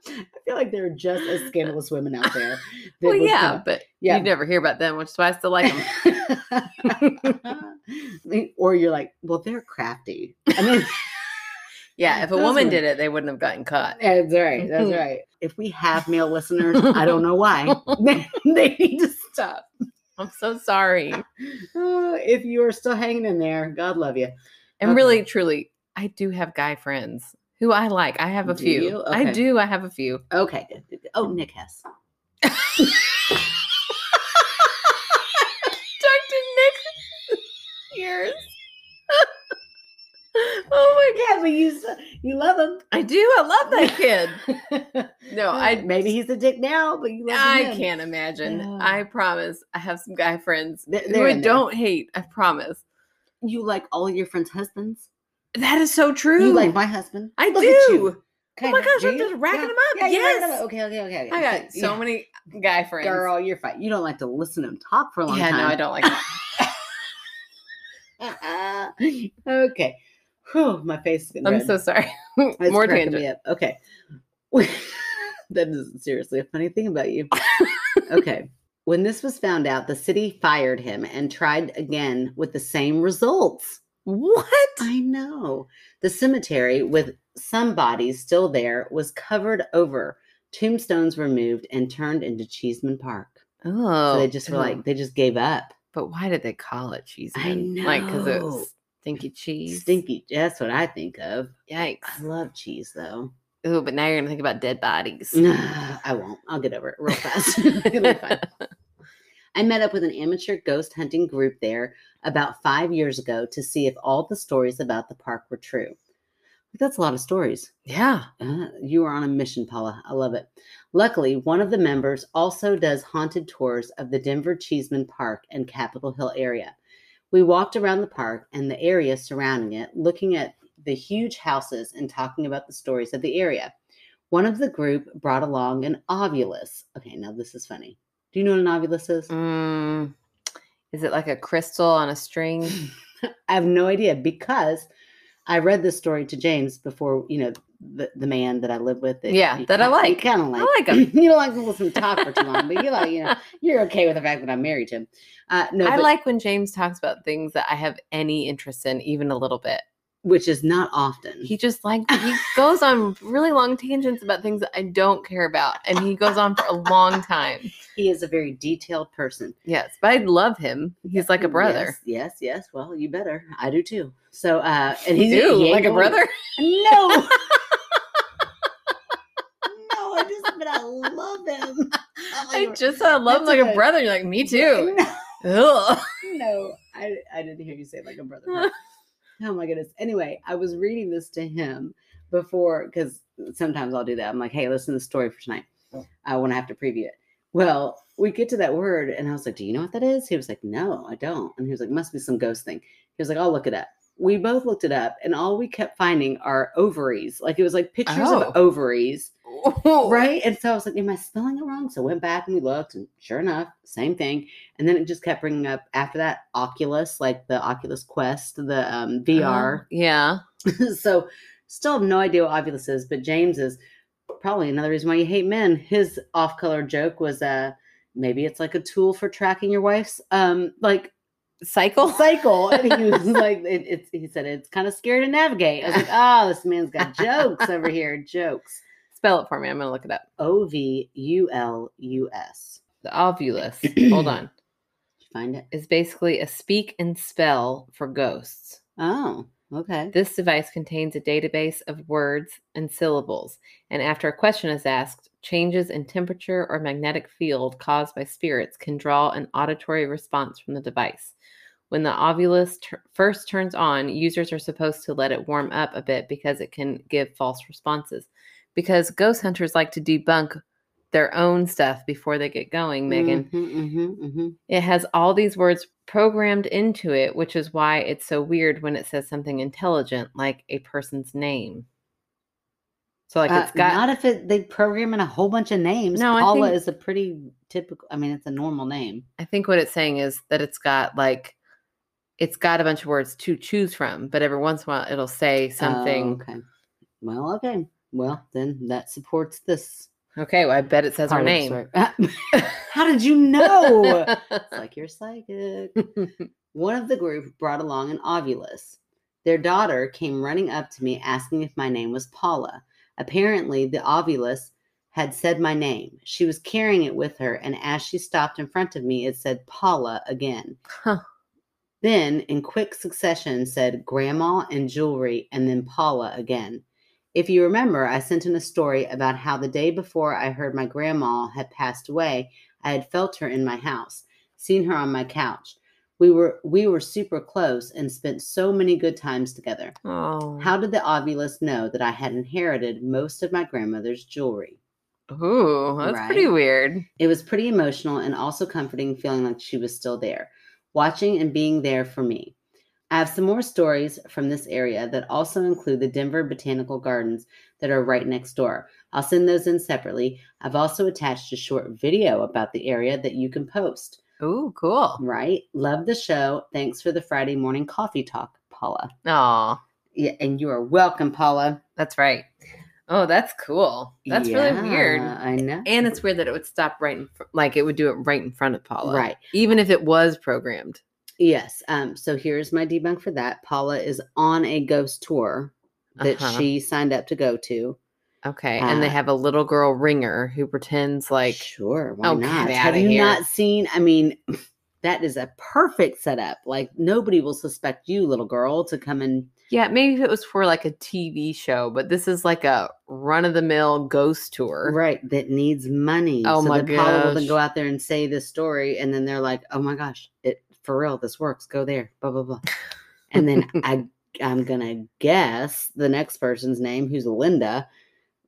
I feel like there are just as scandalous women out there. that well, would yeah, kinda- but yeah. you never hear about them, which is why I still like them. or you're like, well, they're crafty. I mean, Yeah, if a Those woman women. did it, they wouldn't have gotten caught. that's right. That's Mm-hmm. right. If we have male listeners, I don't know why. they, they need to stop. I'm so sorry. Oh, if you are still hanging in there, God love you. And Okay. really, truly, I do have guy friends who I like. I have a Do few. you? I Okay. do. I have a few. Okay. good, good, good. Oh, Nick Hess. Dr. Nick years. oh my Oh Yeah, but you s- you love him. I do. I love that kid. No, Oh, I maybe he's a dick now, but you love I him then. can't imagine. Yeah. I promise. I have some guy friends They- who they're I in there. don't hate. I promise. You like all your friends' husbands. That is so true. You like my husband. I Look do. Oh at you. my Kinda. gosh, Do I'm you? just racking Yeah. 'em up. Yeah, you're racking 'em Yes. up. Okay, okay, okay. I okay. got so Yeah. many guy friends. Girl, you're fine. You don't like to listen to him talk for a long yeah, time. no, I don't like. That. don't. Uh-uh. okay. Whew, my face is getting I'm red. so sorry. It's More cracking tangent. me up. Okay. that is seriously a funny thing about you. okay. When this was found out, the city fired him and tried again with the same results. What? I know. The cemetery with some bodies still there was covered over, tombstones removed, and turned into Cheeseman Park. Oh, So they just were like, they just gave up. But why did they call it cheese? I man? Like, because it know. was stinky cheese. Stinky. That's what I think of. Yikes. I love cheese though. Ooh, but now you're gonna think about dead bodies. Nah, I won't. I'll get over it real fast. It'll be fine. I met up with an amateur ghost hunting group there about five years ago to see if all the stories about the park were true. That's a lot of stories. Yeah. Uh, you are on a mission, Paula. I love it. Luckily, one of the members also does haunted tours of the Denver Cheeseman Park and Capitol Hill area. We walked around the park and the area surrounding it, looking at the huge houses and talking about the stories of the area. One of the group brought along an ovulus. Okay, now this is funny. Do you know what an ovulus is? Mm, is it like a crystal on a string? I have no idea because I read this story to James before, you know, the, the man that I live with. Yeah, that I like. Kind of like. like 'em. you don't like to listen to talk for too long, but you like, you know, you're okay with the fact that I'm married to him. Uh, no, I but- like when James talks about things that I have any interest in, even a little bit. which is not often. He just like he goes on really long tangents about things that I don't care about, and he goes on for a long time. He is a very detailed person. Yes, but I love him. He's like a brother. Yes, yes. yes. Well, you better. I do too. So, uh, and he's He's he ain't like a going- brother. No. no, I just, but I love him. I just I love him That's like a okay. brother. You're like me too. No. Ugh. no, I, I didn't hear you say like a brother. part. oh my goodness. Anyway, I was reading this to him before because sometimes I'll do that. I'm like, hey, listen to the story for tonight. I want to have to preview it. Well, we get to that word, and I was like, do you know what that is? He was like, no, I don't. And he was like, must be some ghost thing. He was like, I'll look it up. We both looked it up, and all we kept finding are ovaries. Like it was like pictures Oh. of ovaries right? And so I was like, "Am I spelling it wrong?" So I went back and we looked, and sure enough, same thing. And then it just kept bringing up after that Oculus, like the Oculus Quest, the um, VR. Oh, yeah. so still have no idea what Oculus is, but James is probably another reason why you hate men. His off-color joke was, "Uh, maybe it's like a tool for tracking your wife's um, like Cycle. cycle. And he was like, it, it's he said it's kind of scary to navigate. I was like, "Oh, this man's got jokes over here, jokes." Spell it for me. I'm gonna look it up. O V U L U S. The ovulus. Hold on. Did you find it? Is basically a speak and spell for ghosts. Oh, okay. This device contains a database of words and syllables, and after a question is asked, changes in temperature or magnetic field caused by spirits can draw an auditory response from the device. When the ovulus tur first turns on, users are supposed to let it warm up a bit because it can give false responses. Because ghost hunters like to debunk their own stuff before they get going, Megan. Mhm, mhm, mhm. It has all these words programmed into it, which is why it's so weird when it says something intelligent, like a person's name. So, like, Uh, it's got not if it, they program in a whole bunch of names. No, I Paula think- is a pretty typical. I mean, it's a normal name. I think what it's saying is that it's got like, it's got a bunch of words to choose from, but every once in a while it'll say Oh, something. okay. Well, okay. Well, then that supports this. okay, well, I bet it says her part of the name. Oh. story. How did you know? It's like you're psychic. One of the group brought along an ovulus. Their daughter came running up to me asking if my name was Paula. Apparently, the ovulus had said my name. She was carrying it with her, and as she stopped in front of me, it said Paula again. Huh. Then, in quick succession, said grandma and jewelry, and then Paula again. If you remember, I sent in a story about how the day before I heard my grandma had passed away, I had felt her in my house, seen her on my couch. We were we were super close and spent so many good times together. Oh. How did the ovulus know that I had inherited most of my grandmother's jewelry? Ooh, that's Right. pretty weird. It was pretty emotional and also comforting feeling like she was still there, watching and being there for me. I have some more stories from this area that also include the Denver Botanical Gardens that are right next door. I'll send those in separately. I've also attached a short video about the area that you can post. Ooh, cool. Right? Love the show. Thanks for the Friday morning coffee talk, Paula. Oh, Yeah, and you are welcome, Paula. that's right. Oh, that's cool. That's really weird. Yeah, I know. And it's weird that it would stop right in, fr- like it would do it right in front of Paula. Right. Even if it was programmed. Yes. Um, so here's my debunk for that. Paula is on a ghost tour that Uh-huh. she signed up to go to. Okay. and they Uh, have a little girl ringer who pretends like sure, why oh, get not? outta Have you here. not seen? I mean, that is a perfect setup. Like nobody will suspect you, little girl, to come and Yeah, maybe if it was for like a TV show, but this is like a run of the mill ghost tour. right that needs money. Oh so my that Paula will then gosh. go out there and say this story, and then they're like, "Oh my gosh, it for real, this works. Go there." Blah blah blah. And then I, I'm gonna guess the next person's name, who's Linda.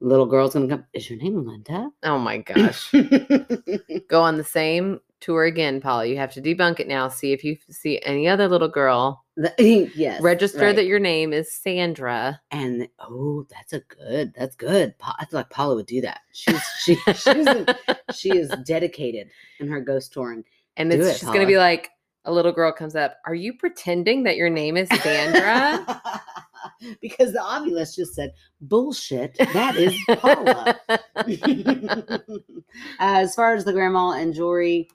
Little girl's gonna come. Is your name Linda? Oh my gosh. Go on the same tour again, Paula. You have to debunk it now. See if you f- see any other little girl. The- yes. Register right. that your name is Sandra. and oh, that's a good. That's good. Pa- I feel like Paula would do that. She's she she's a, she is dedicated in her ghost touring. and do it's it, just going to be like a little girl comes up. Are you pretending that your name is Sandra? because the ovulus just said bullshit. That is Paula. Uh, as far as the grandma and jewelry,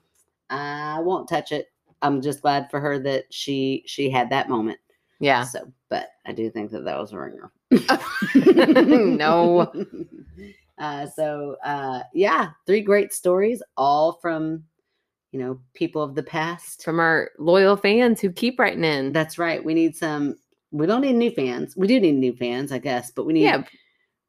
I won't touch it. I'm just glad for her that she she had that moment. yeah. So, but I do think that that was a ringer. No. Uh, so uh, yeah, three great stories, all from you know people of the past. From our loyal fans who keep writing in. That's right. We need some. We don't need new fans. We do need new fans, I guess, but we need yeah.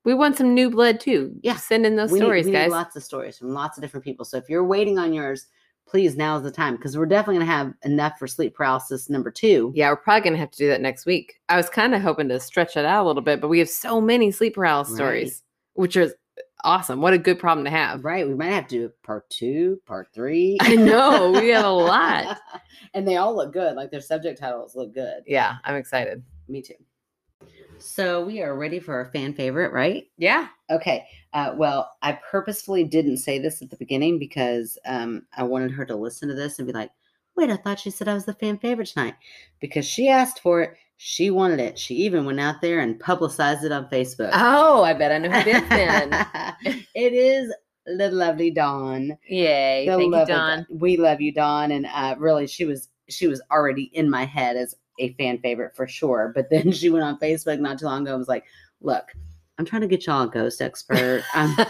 We want some new blood too. Yeah. Send in those we need- stories, we need guys. lots of stories from lots of different people. So if you're waiting on yours, please now is the time because we're definitely going to have enough for sleep paralysis number two. Yeah, we're probably gonna have to do that next week. I was kind of hoping to stretch it out a little bit, but we have so many sleep paralysis Right. stories, which is awesome. What a good problem to have. Right. We might have to do part two, part three. I know, we have a lot. and they all look good. Like their subject titles look good. Yeah, I'm excited. Me too. So we are ready for our fan favorite, right? Yeah. Okay. Uh, well, I purposefully didn't say this at the beginning because um, I wanted her to listen to this and be like, wait, I thought she said I was the fan favorite tonight because she asked for it. She wanted it. She even went out there and publicized it on Facebook. Oh, I bet I know who it is then. it is the lovely Dawn. Yay. The Thank you, lovely Don. We love you, Dawn. And uh, really, she was she was already in my head as a fan favorite for sure. But then she went on Facebook not too long ago and was like, look, I'm trying to get y'all a ghost expert. I'm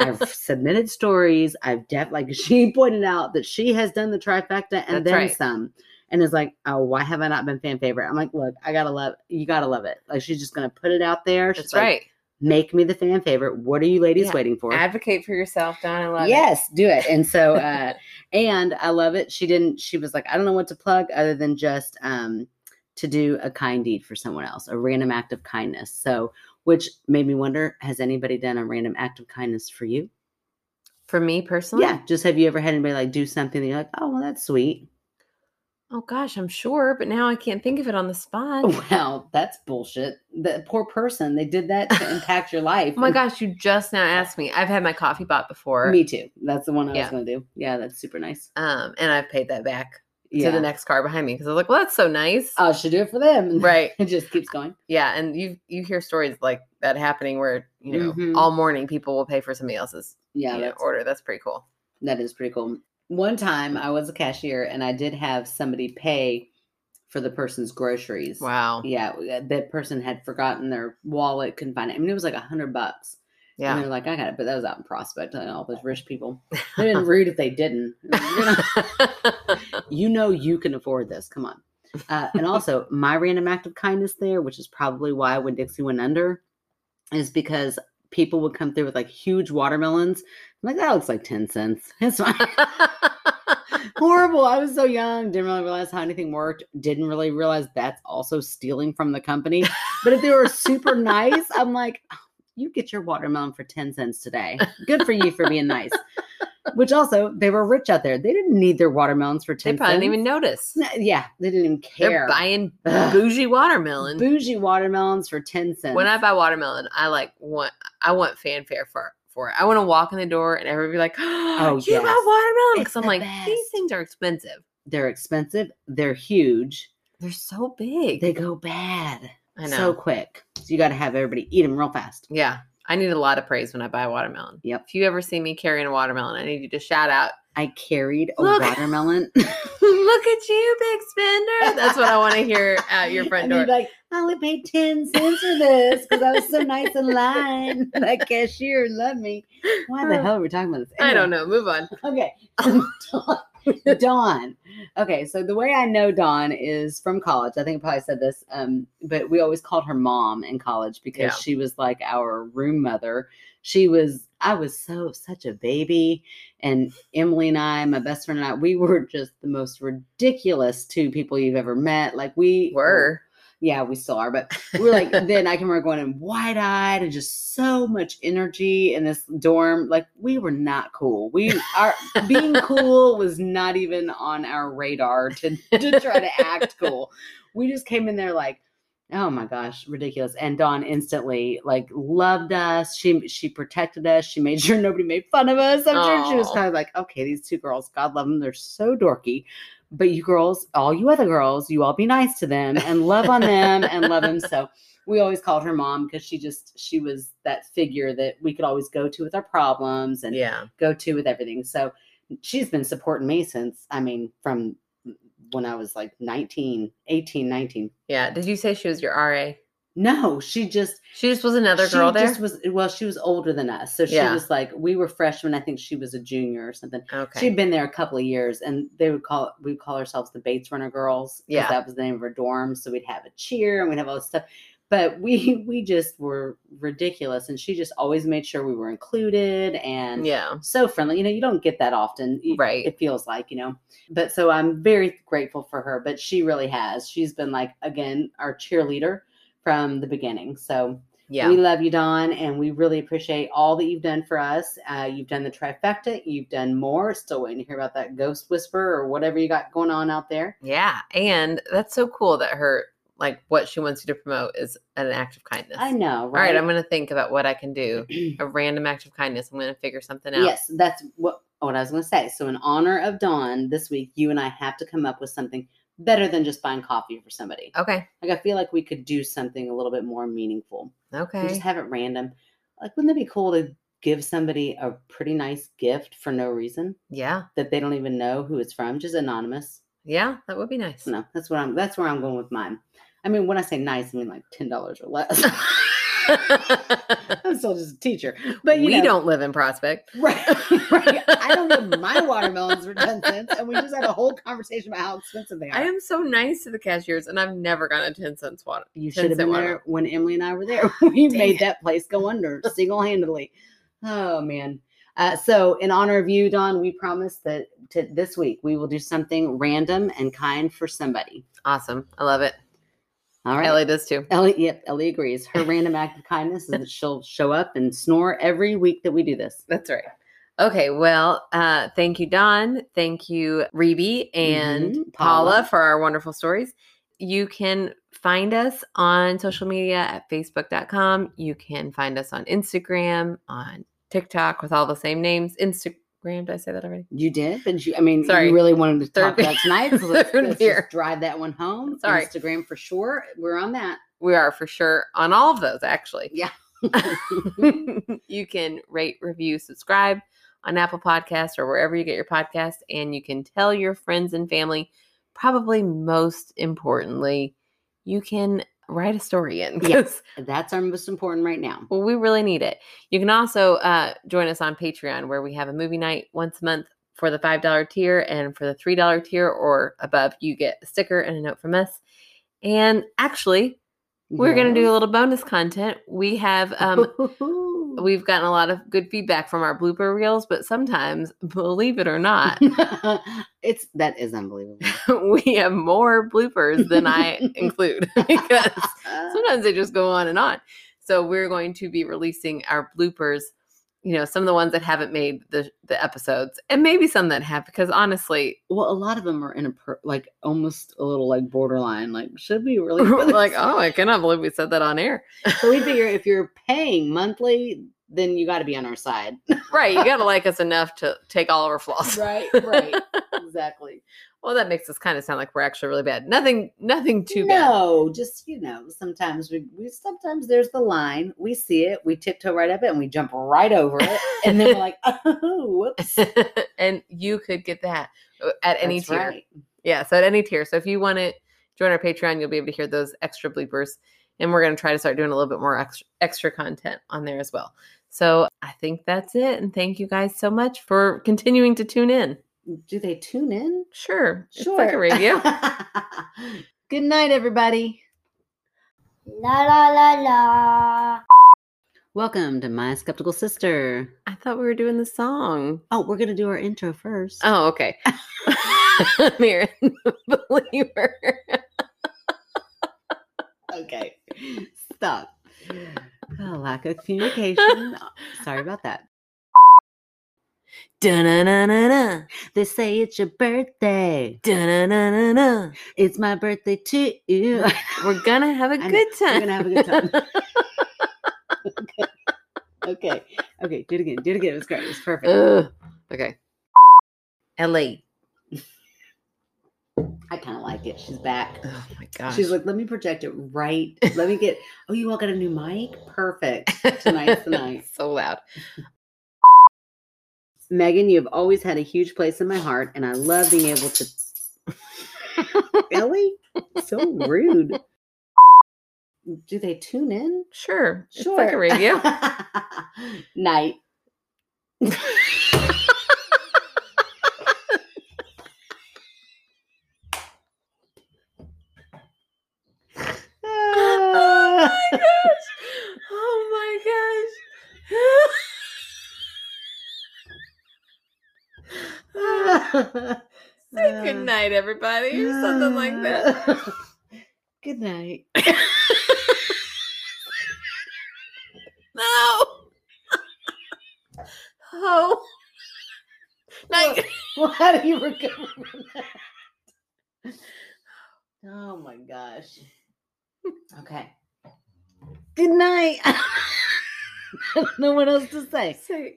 I've submitted stories. I've def like she pointed out that she has done the trifecta and That's then right. some. And is like, oh, why have I not been fan favorite? I'm like, look, I gotta love you gotta love it. Like she's just gonna put it out there. She's That's like, right. Make me the fan favorite. What are you ladies Yeah. waiting for? Advocate for yourself, Don. I love it. yes, do it. And so uh and I love it. She didn't she was like, I don't know what to plug other than just um to do a kind deed for someone else, a random act of kindness. So which made me wonder, has anybody done a random act of kindness for you? For me personally. Yeah. Just have you ever had anybody like do something that you're like, oh, well, that's sweet. Oh gosh, I'm sure, but now I can't think of it on the spot. Oh Well, that's bullshit. The poor person, they did that to impact your life. Oh my gosh, you just now asked me. I've had my coffee bought before. Me too. That's the one I Yeah. was going to do. Yeah, that's super nice. Um, and I've paid that back Yeah. Um, to the next car behind me because I was like, well, that's so nice. I should do it for them. And right. It just keeps going. Yeah. And you you hear stories like that happening where, you know, Mhm. all morning people will pay for somebody else's Yeah, you know, that's, order. That's pretty cool. that is pretty cool. One time I was a cashier and I did have somebody pay for the person's groceries. Wow. Yeah, uh, that person had forgotten their wallet, couldn't find it. I mean, it was like a hundred bucks. And Yeah. they're like, I got it, but that was out in Prospect, like all those rich people. They'd been rude if they didn't. And I'm like, "You're not- you know you can afford this. Come on. Uh, and also, my random act of kindness there, which is probably why when Dixie went under, is because people would come through with like huge watermelons. I'm like, that looks like 10 cents. It's fine. horrible. I was so young, didn't really realize how anything worked, didn't really realize that's also stealing from the company. But if they were super nice, I'm like, "Oh, you get your watermelon for 10 cents today. Good for you for being nice. Which also, they were rich out there. They didn't need their watermelons for They 10 probably cents. Uh, didn't even notice. yeah, they didn't even They're care. buying Ugh. bougie watermelon. Bougie watermelons for 10 cents. When I buy watermelon, I like want I want fanfare for for it. I want to walk in the door and everyone be like, "Oh, you yes. got watermelon?" Because It's I'm the like, these best. things are expensive. they're expensive, they're huge, They're so big. they go bad I know. so quick. So you got to have everybody eat them real fast. yeah, I need a lot of praise when I buy a watermelon. Yep. If you ever see me carrying a watermelon, I need you to shout out, I carried a Look. watermelon. "Look at you, big spender!" That's what I want to hear at your front And you'd door. be Like I only paid ten cents for this because I was so nice in line. That cashier loved me. Why the hell are we talking about this? I don't know. Move on. Okay, Dawn. Dawn. Okay, so the way I know Dawn is from college. I think I probably said this, um, but we always called her mom in college because Yeah. she was like our room mother. She was. I was so such a baby, and Emily and I, my best friend and I, we were just the most ridiculous two people you've ever met. Like we Were yeah, we still are, but we're like, then I can remember going in wide eyed and just so much energy in this dorm. Like, we were not cool. We are being cool was not even on our radar to, to try to act cool. We just came in there like, oh my gosh, ridiculous. And Dawn instantly like loved us. She she protected us. She made sure nobody made fun of us. I'm sure she was Aw. kind of like, okay, these two girls, God love them. They're so dorky but you girls, all you other girls, you all be nice to them and love on them and love them. So we always called her mom because she just she was that figure that we could always go to with our problems and yeah. go to with everything. So she's been supporting me since I mean from when I was like 19, 18, 19. Yeah. Did you say she was your RA? No, she just She just was another she girl there. just was well, she was older than us. So she Yeah. was like we were freshmen, I think she was a junior or something. okay. She'd been there a couple of years, and they would call we would call ourselves the Bates Runner Girls. 'cause Yeah. that was the name of her dorm. So we'd have a cheer and we'd have all this stuff. But we we just were ridiculous, and she just always made sure we were included and yeah. so friendly. You know, you don't get that often, y- Right. It feels like you know. But so I'm very grateful for her. But she really has. She's been like again our cheerleader from the beginning. So Yeah. we love you, Don, and we really appreciate all that you've done for us. Uh, you've done the trifecta. You've done more. Still waiting to hear about that ghost whisperer or whatever you got going on out there. Yeah, and that's so cool that her like what she wants you to promote is an act of kindness. I know, All right, right? I'm gonna think about what I can do. A random act of kindness. I'm gonna figure something out. yes, that's what what I was going to say. So, in honor of Dawn, this week you and I have to come up with something better than just buying coffee for somebody. Okay. Like I feel like we could do something a little bit more meaningful. We Okay. just have it random. Like, wouldn't it be cool to give somebody a pretty nice gift for no reason Yeah. that they don't even know who it's from, just anonymous? Yeah. That would be nice. No, that's what I'm. That's where I'm going with mine. I mean, when I say nice, I mean like ten dollars or less. I'm still just a teacher, but you we know, don't live in Prospect. Right, right. I don't get my watermelons for ten cents, and we just had a whole conversation about how expensive they are. I am so nice to the cashiers, and I've never gotten a ten cents water. 10 you should have cent been watermelon. there when Emily and I were there. We Dang made it. that place go under single handedly. Oh man. Uh, so, in honor of you, Don, we promise that to, this week we will do something random and kind for somebody. Awesome. I love it. All right. Ellie does too. Ellie, yep, Ellie agrees. Her random act of kindness is that she'll show up and snore every week that we do this. That's right. Okay, well, uh, thank you, Don. Thank you, Rebe and Mhm, Paula. Paula. for our wonderful stories. You can find us on social media at facebook.com. You can find us on Instagram, on TikTok with all the same names. Instagram, did I say that already? You did, but you, I mean, Sorry. you really wanted to talk Third about tonight. So let's, third let's beer. just drive that one home. Sorry. Instagram for sure. We're on that. We are for sure on all of those, actually. Yeah. you can rate, review, subscribe on Apple Podcasts or wherever you get your podcast. And you can tell your friends and family. Probably most importantly, you can write a story in Yeah. 'cause, That's our most important right now. well, we really need it. You can also uh, join us on Patreon where we have a movie night once a month for the $5 tier. And for the $3 tier or above, you get a sticker and a note from us. And actually, we're going to do a little bonus content. We have um, we've gotten a lot of good feedback from our blooper reels, but sometimes, believe it or not, it's that is unbelievable. we have more bloopers than I include because sometimes they just go on and on. So we're going to be releasing our bloopers, you know, some of the ones that haven't made the the episodes, and maybe some that have, because honestly, well, a lot of them are in a per, like almost a little like borderline. Like, should we really like, oh, I cannot believe we said that on air. so we figure if you're paying monthly, then you got to be on our side, right? You got to like us enough to take all of our flaws. right? Right, exactly. Well, that makes us kind of sound like we're actually really bad. Nothing, nothing too bad. no, just you know, sometimes we, we sometimes there's the line. We see it, we tiptoe right up it, and we jump right over it, and then we're like, oh, whoops. and you could get that uh, at any That's tier. right. Yeah, so at any tier. So if you want to join our Patreon, you'll be able to hear those extra bloopers. And we're going to try to start doing a little bit more extra, extra content on there as well. So I think that's it. And thank you guys so much for continuing to tune in. Do they tune in? Sure. It's Sure. like a radio. Good night, everybody. La la la la. Welcome to My Skeptical Sister. I thought we were doing the song. Oh, we're going to do our intro first. Oh, okay. Mirren, believer. Okay. Stop. Oh, lack of communication. Sorry about that. Da-na-na-na-na. They say it's your birthday. Da-na-na-na-na. It's my birthday too. We're We're going to have a know. good time. going to have a good time. Okay. Okay. Do it again. Do it again. It was great. It was perfect. Ugh. Okay. LA. I kind of like it. She's back. Oh my gosh. She's like, let me project it right. Let me get, oh, you all got a new mic? Perfect. tonight's the night. so loud. Megan, you have always had a huge place in my heart, and I love being able to. Ellie, so rude. Do they tune in? Sure. It's like a radio. Night. oh my gosh. Oh my gosh. Say good night, everybody, or something like that. Good night. No. Oh. Night. Well, how do you recover from that? Oh my gosh. Okay. Good night. I don't know what else to say. Say